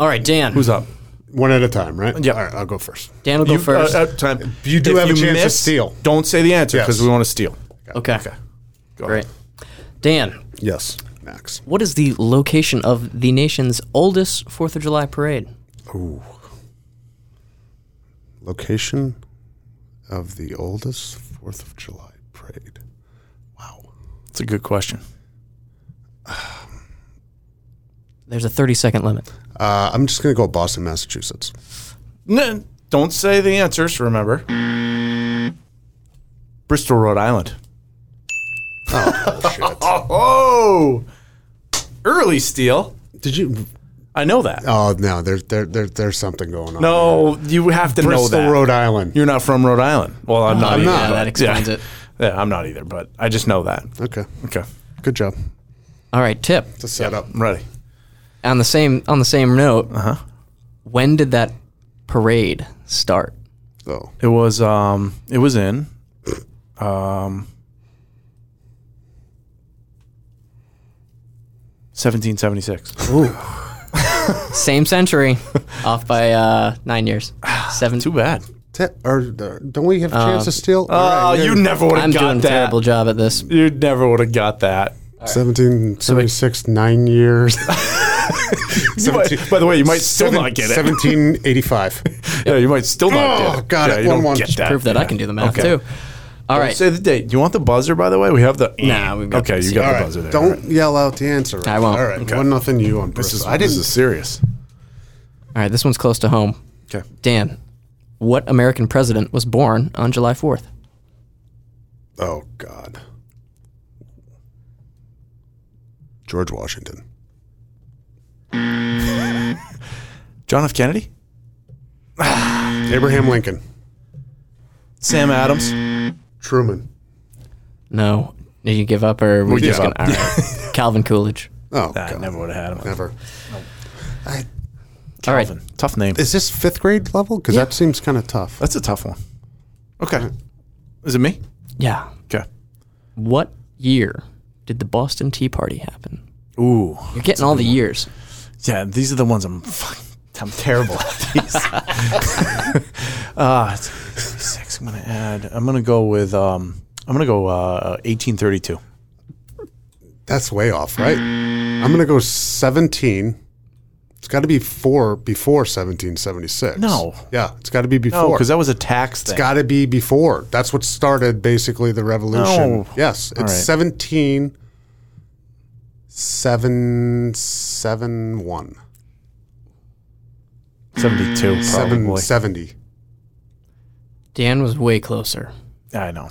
All right, Dan.
Who's up?
One at a time, right?
Yeah.
All right, I'll go first.
Dan will go
You-
first.
uh, uh, time.
You do
If
have a chance to steal.
Don't say the answer
Yes.
because we want to steal.
Okay.
Go
Great.
ahead.
Dan,
Yes. Max.
what is the location of the nation's oldest Fourth of July parade?
Location of the oldest Fourth of July parade. Wow.
That's a good question.
There's a 30 second limit.
Uh, I'm just gonna go Boston, Massachusetts.
No, don't say the answers, remember. Bristol, Rhode Island. Oh, early steal.
Did you?
I know that.
Oh no, there's there, there there's something going on.
No, you have to know
Bristol,
that.
Rhode Island.
You're not from Rhode Island. Well, I'm not.
I'm
either,
not.
Oh, yeah,
but-
that explains
yeah.
it.
Yeah, I'm not either, but I just know that.
okay,
Okay,
good job.
All right, tip.
It's a setup.
I'm ready.
On the same on the same note,
Uh-huh.
when did that parade start?
So
It was um, it was in um, seventeen seventy six.
Same century, off by uh, nine years. Seven.
Too bad.
Te- or, uh, don't we have a chance to steal?
Oh, you never would
I'm
have got
doing a
that.
terrible job at this.
You never would have got that.
1776, nine years.
You might- by the way, you might still
Seven-
not get it.
1785.
Yeah, you might still not get
Oh,
it.
got
yeah,
it.
You
One,
don't
one.
get that.
Prove that I can do the math
Okay.
too. All right.
Say the date. Do you want the buzzer? By the way, we have the.
Nah, we've got
okay.
the
You got
All
the
right,
buzzer there.
don't
All right.
yell out the answer.
I won't.
All right, one nothing to you on Bristol.
This is.
I didn't.
This is serious.
All right, this one's close to home.
Okay.
Dan, what American president was born on July 4th?
oh God. George Washington.
John F. Kennedy.
Abraham Lincoln. Mm.
Sam Adams.
Truman.
No. Did you give up or were we
give
just
up.
gonna- all right. Calvin Coolidge.
Oh
Nah, I
God.
Ah, never would have had him.
Never. I,
All right.
Calvin. Tough name.
is this fifth grade level? Because that seems kind of tough.
That's a tough one. Okay. Is it me?
Yeah.
Okay.
What year did the Boston Tea Party happen?
Ooh.
You're getting all the years.
Yeah, these are the ones I'm fucking, I'm terrible at these. uh, it's 76. I'm gonna add. I'm gonna go with. Um, I'm gonna go uh, 1832.
That's way off, right? I'm gonna go 17. It's got to be four before 1776.
No.
Yeah, it's got to be
No,
before.
because that was a tax thing.
Oh, It's got to be before. That's what started basically the revolution.
No.
Yes, it's
All right.
17 seven seven one
72.
seven
Probably.
seventy.
Dan was way closer.
I know.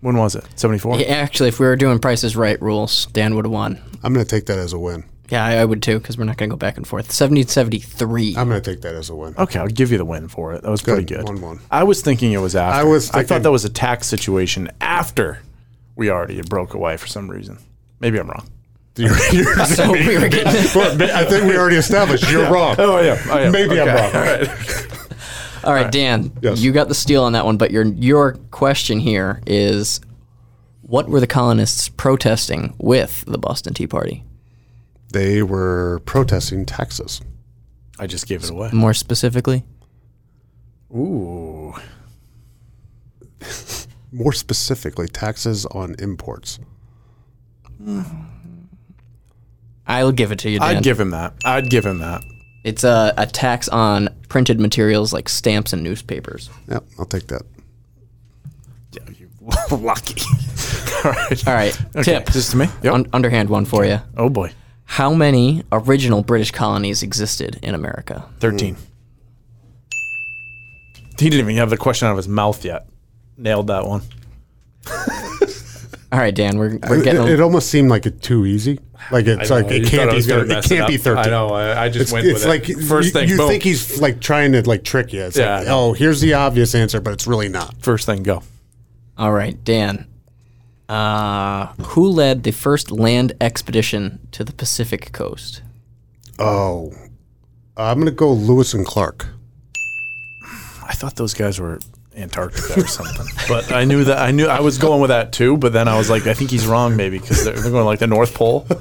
When was it? 74.
Yeah, actually, if we were doing prices right rules, Dan would have won.
I'm gonna take that as a win.
Yeah, I, I would too, because we're not going to go back and forth. 1773.
I'm gonna take that as a win.
Okay, I'll give you the win for it. That was pretty
Good.
good.
One, one.
I was thinking it was after.
I was
I
thinking-
thought that was a tax situation after we already had broke away for some reason. Maybe I'm wrong.
You're- you're-
so we were getting.
but I think we already established you're wrong.
Oh yeah. I am.
Maybe I'm
Okay.
wrong.
All right.
All right, Dan,
Yes.
you got the steal on that one, but your your question here is what were the colonists protesting with the Boston Tea Party?
They were protesting taxes.
I just gave it away.
More specifically,
Ooh.
More specifically, taxes on imports.
I'll give it to you, Dan.
I'd give him that. I'd give him that.
it's a, a tax on printed materials like stamps and newspapers.
Yep, I'll take that.
Yeah, you lucky. All right.
All right, tip.
Just to me. Yep.
Un- underhand one for you.
oh boy.
How many original British colonies existed in America?
13. He didn't even have the question out of his mouth yet. Nailed that one.
All right, Dan, we're,
Uh,
we're
It,
getting.
it almost seemed like it too easy. Like it's like
You
it
thought
can't
I
be
was gonna
thir- it
mess
can't
up.
be thirteen.
I know. I, I just
It's,
went
it's
with
like
it. First
you,
thing,
you
boom.
think he's like trying to like trick you. It's
Yeah,
like,
I know.
oh, here's the obvious answer, but it's really not.
First thing, go.
all right, Dan. Uh, who led the first land expedition to the Pacific coast?
Oh, I'm gonna go Lewis and Clark.
I thought those guys were Antarctica or something, but I knew that I knew I was going with that too. But then I was like, I think he's wrong, maybe because they're, they're going like the North Pole.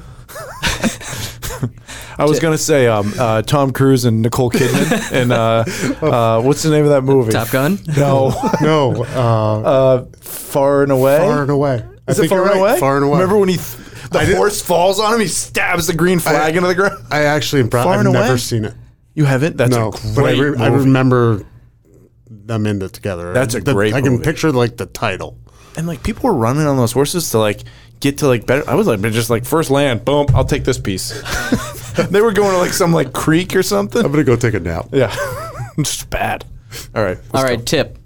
I was gonna say um, uh, Tom Cruise and Nicole Kidman and uh, uh, what's the name of that movie?
Top Gun?
No,
No, uh,
Far and Away.
far and away.
Is
think
it far
you're
and
right,
away?
far and away.
Remember when he th- the
I did-
horse falls on him? He stabs the green flag into the ground.
I actually am proud.
Far
I've
and
never
away?
seen it.
You haven't? That's
no,
a great
but I, re- I
movie.
remember them in it together.
That's a
The-
great
I can
movie.
picture like the title.
And like people were running on those horses to like get to like better. I was like just like first land, boom, I'll take this piece. they were going to like some like creek or
I'm
something.
gonna go take a nap.
Yeah, just bad. All right,
All right, tip.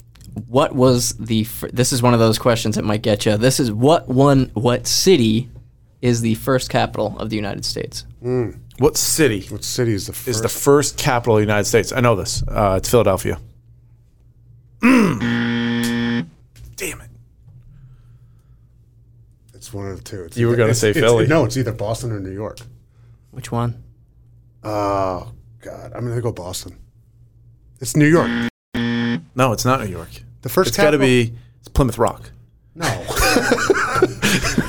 What was the? Fir- this is one of those questions that might get you. This is what one what city is the first capital of the United States?
What city
What city is the first?
is the first capital of the United States? I know this. Uh, it's Philadelphia. Mm. Damn it!
it's one of the two. It's
You were
either-
gonna
it's-
say
it's-
Philly.
no, it's either Boston or New York.
Which one?
Oh God, I'm gonna go Boston. It's New York.
No, it's not New York.
The first
It's got to
capital-
be it's Plymouth Rock.
no.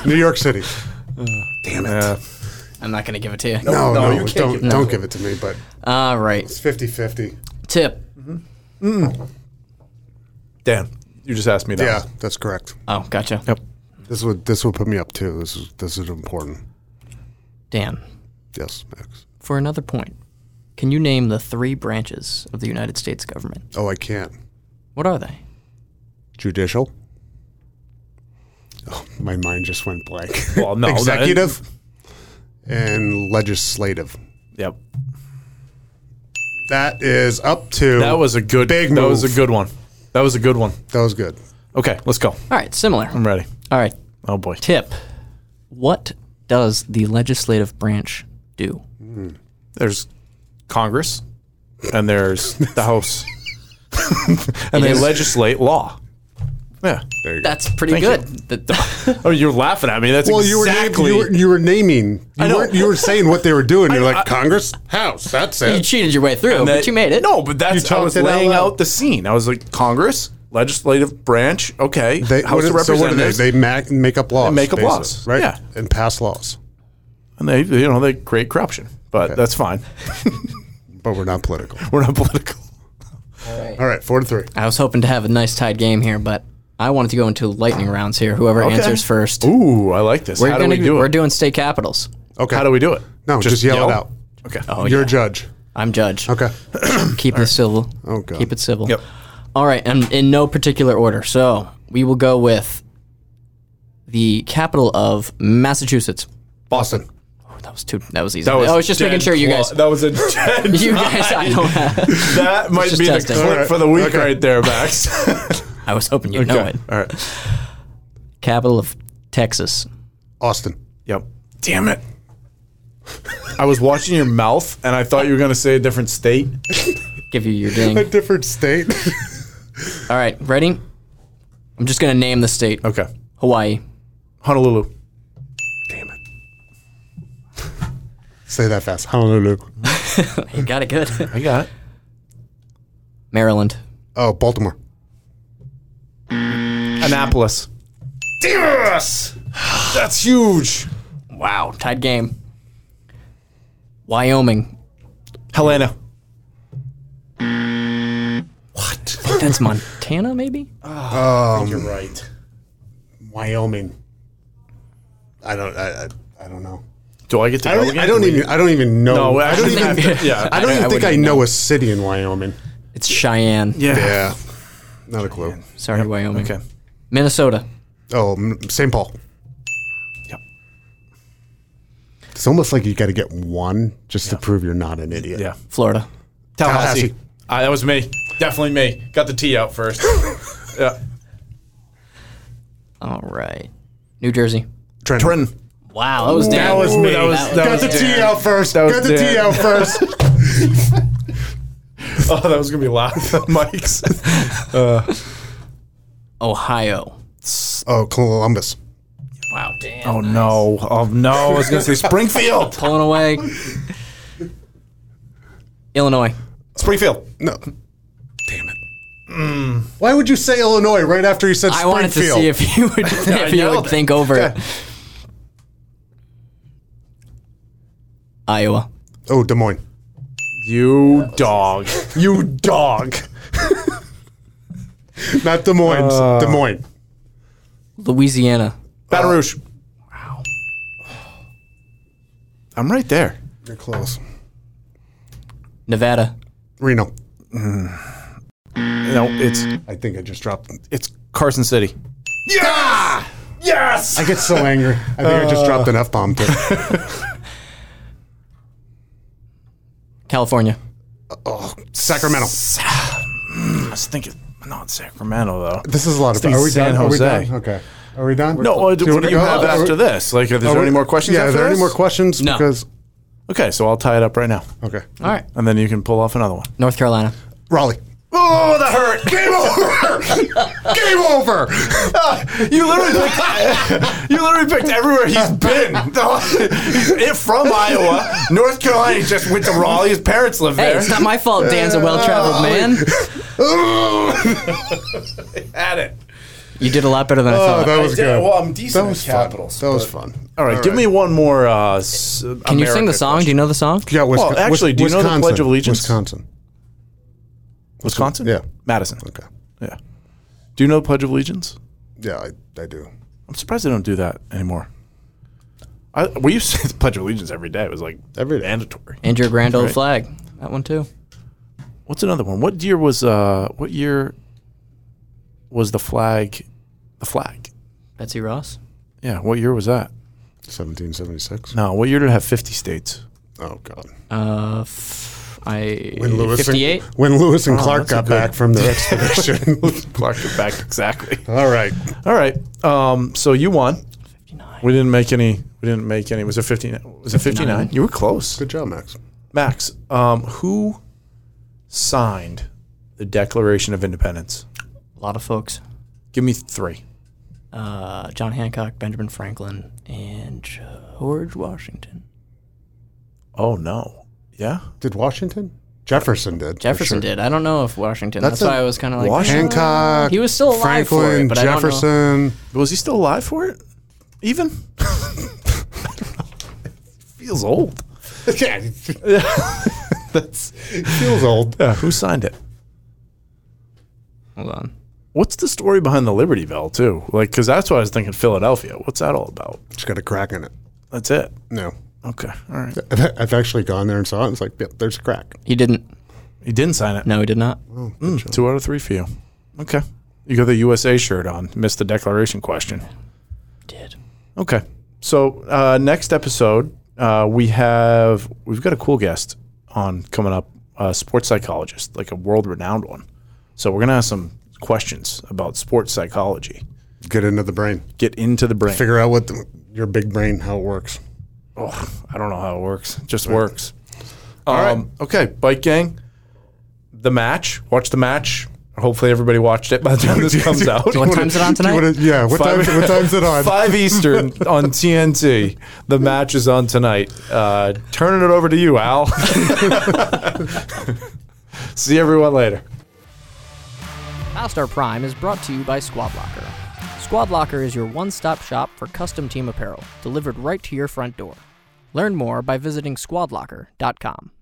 New York City. Damn it.
Yeah.
I'm not going to give it to you.
no, no,
no, you can't
don't
give
it.
don't
No.
give it to me. But
All right,
it's 50-50.
tip.
Dan, you just asked me that.
Yeah, that's correct.
Oh, gotcha.
Yep.
This would this would put me up too. This is this is important.
Dan,
Yes, Max.
for another point, can you name the three branches of the United States government?
Oh, I can't.
What are they?
Judicial. Oh, my mind just went blank.
Well, no, that-
Executive and legislative.
Yep.
That is up to.
That was a good.
big
that
move.
was a good one. That was a good one.
That was good.
Okay, let's go.
All right, similar.
I'm ready.
All right,
Oh boy.
tip. What does the legislative branch do?
there's Congress and there's the House, and
It
they
is-
legislate law. Yeah.
That's pretty
Thank
good. The-
Oh, you're laughing at me. That's
Well,
exactly.
you were you were naming. You,
know.
weren't, you were saying what they were doing. You're
I-
like Congress, House. That's
you
it.
cheated your way through,
that-
but you made it.
No, but that's I
talked
was
it out
laying
loud.
out the scene. I was like Congress, legislative branch. Okay,
They,
House
what,
of
do- so what do they?
Representatives.
They mac, make up laws.
make up
basically,
laws,
right?
yeah.
and pass laws.
and they, you know, they create corruption. But that's fine.
But we're not political.
We're not political.
All right, four to three.
I was hoping to have a nice tied game here, but I wanted to go into lightning rounds here. Whoever answers first.
Ooh, I like this.
We're
How do
gonna
we
do-
do it?
We're doing state capitals.
Okay,
How do we do it?
No, just, yell, it out.
Okay.
Oh,
You're a judge.
I'm judge.
Okay.
Keep it civil.
Oh, God.
Keep it civil.
Yep.
All right, and in no particular order. So we will go with the capital of Massachusetts.
Boston.
Oh, that was too. That was easy.
That was
I was just making
dead
sure you
claw-
guys.
That was a dead
You guys, I don't. Have,
That might
just
be
testing.
the clip
Alright.
for the week
Okay.
right there, Max.
I was hoping you'd know it.
All right.
Capital of Texas.
Austin.
Yep. Damn it. I was watching your mouth and I thought you were going to say a different state.
Give you your ding.
A different state.
All right, ready? I'm just gonna name the state.
Okay.
Hawaii.
Honolulu.
Damn it. Say that fast. Honolulu.
You got it good.
I got it.
Maryland.
Oh, Baltimore.
Annapolis. Yes! That's huge.
Wow, tied game. Wyoming.
Helena.
That's Montana, maybe?
You're right.
Wyoming. I don't. I. I, I don't know.
Do I get to
I
go
don't.
again?
I don't even. I don't even know.
No,
I don't
actually,
even.
I have to- yeah.
I don't
I-
even
I
think
wouldn't
I
even
know,
know.
a city in Wyoming.
It's Cheyenne.
Yeah.
Yeah. Not a clue.
Sorry, Wyoming.
Okay.
Minnesota.
Oh, m- St. Paul.
Yep.
It's almost like you got to get one just to prove you're not an idiot.
Yeah.
Florida.
Tallahassee. Ah, that was me. Definitely me. Got the T out first. yeah.
All right. New Jersey.
Trenton.
Trenton.
Wow, that was
That was me. That was, that
Got
was
the
Dan.
T out first.
That was
Got the
Dan.
T out first.
Oh, that was gonna be loud, Mike's.
Ohio.
oh, Columbus.
Wow, damn.
Oh no! Oh no! I was gonna say Springfield.
Pulling away. Illinois.
Springfield.
No. Damn it.
Mm.
Why would you say Illinois right after you said
I
Springfield?
wanted to see if you would, if you
nailed
would
it.
think over it. Iowa.
oh, Des Moines.
You dog. You dog. Uh.
Not Des Moines. Des Moines.
Louisiana.
Baton Rouge. Wow. I'm right there.
You're close.
Nevada.
Reno.
No, it's
I think I just dropped.
it's Carson City.
I get so angry. I think I
Uh.
just dropped an F bomb too.
California.
Sacramento.
I was thinking not Sacramento though.
This is a lot of.
It's
Are we
San
done? Are we
Jose.
done? Okay. Are we done?
No, uh, what do,
you
what do
wanna
you
go?
have
Are we-
after this? Like, are
are
there
we-
any more questions?
Yeah.
after
Are there any
this?
more questions?
No.
Because
Okay, so I'll tie it up right now,
okay.
All right.
and then you can pull off another one.
North Carolina.
Raleigh.
Oh, that hurt!
Game over. Game over.
you literally picked. you literally picked everywhere he's been. he's from Iowa, North Carolina. He just went to Raleigh. His parents live
Hey,
there.
it's not my fault Dan's a well traveled man.
At it.
You did a lot better than I
Oh,
thought.
that was good.
Well, I'm decent
That was
at capitals.
fun. That was
but-
fun.
All right, give me one more. Uh, s-
Can you sing
America
the song? Do
question.
you know the song?
Yeah, Wisconsin.
Well, actually, do you know the Pledge of Allegiance?
Wisconsin.
Wisconsin?
Yeah.
Madison.
Okay.
Yeah. Do you know the Pledge of Allegiance?
Yeah, I, I do.
I'm surprised they don't do that anymore. I, we used to say the Pledge of Allegiance every day. It was like
Every day.
mandatory.
And your grand old
Right.
flag. That one too.
What's another one? What year was uh? What year was the flag? The flag.
Betsy Ross.
Yeah. What year was that?
1776.
No. What year did it have 50 states?
Oh God.
Uh, f- I
When Lewis
58.
and when Lewis
Oh,
and Clark
that's a
got
good-
back from their expedition.
Clark it back exactly.
All right.
All right. Um. So you won. We didn't make any. We didn't make any. Was it 59? Was it 59? You were close.
Good job, Max.
Max, um, who signed the Declaration of Independence?
A lot of folks.
Give me three.
Uh, John Hancock, Benjamin Franklin, and George Washington.
Oh no. Yeah.
Did Washington? Jefferson did. for
Jefferson
sure.
did. I don't know if Washington. That's,
That's
why
a-
I was kind of like
Washington-
eh.
Hancock.
He was still alive for it,
Franklin,
but I don't know.
Jefferson.
Was he still alive for it? Even? Feels old.
Yeah, feels old.
Yeah. Who signed it?
Hold on.
What's the story behind the Liberty Bell too? Like, because that's what I was thinking. Philadelphia. What's that all about?
It's got a crack in it.
That's it.
No,
Okay. All right.
I've, I've actually gone there and saw it. It's like, yeah, there's a crack.
He didn't.
He didn't sign it.
No, he did not.
Mm, two out of three for you. Okay. You got the USA shirt on. Missed the declaration question.
Did.
Okay. So uh, next episode, uh, we have we've got a cool guest on coming up, a sports psychologist, like a world renowned one. So we're gonna ask some questions about sports psychology.
Get into the brain.
Get into the brain.
Figure out what the, your big brain how it works.
Ugh, I don't know how it works. It just works. Um, Okay, bike gang. The match. Watch the match. Hopefully everybody watched it by the time this comes out.
What time's it on
Do you
tonight?
wanna- yeah. What time?
Five-
What time's it on?
Five Eastern on TNT. The match is on tonight. Uh, turning it over to you, Al. See everyone later.
Five-Star Prime is brought to you by Squad Locker. Squad Locker is your one-stop shop for custom team apparel, delivered right to your front door. Learn more by visiting squadlocker.com.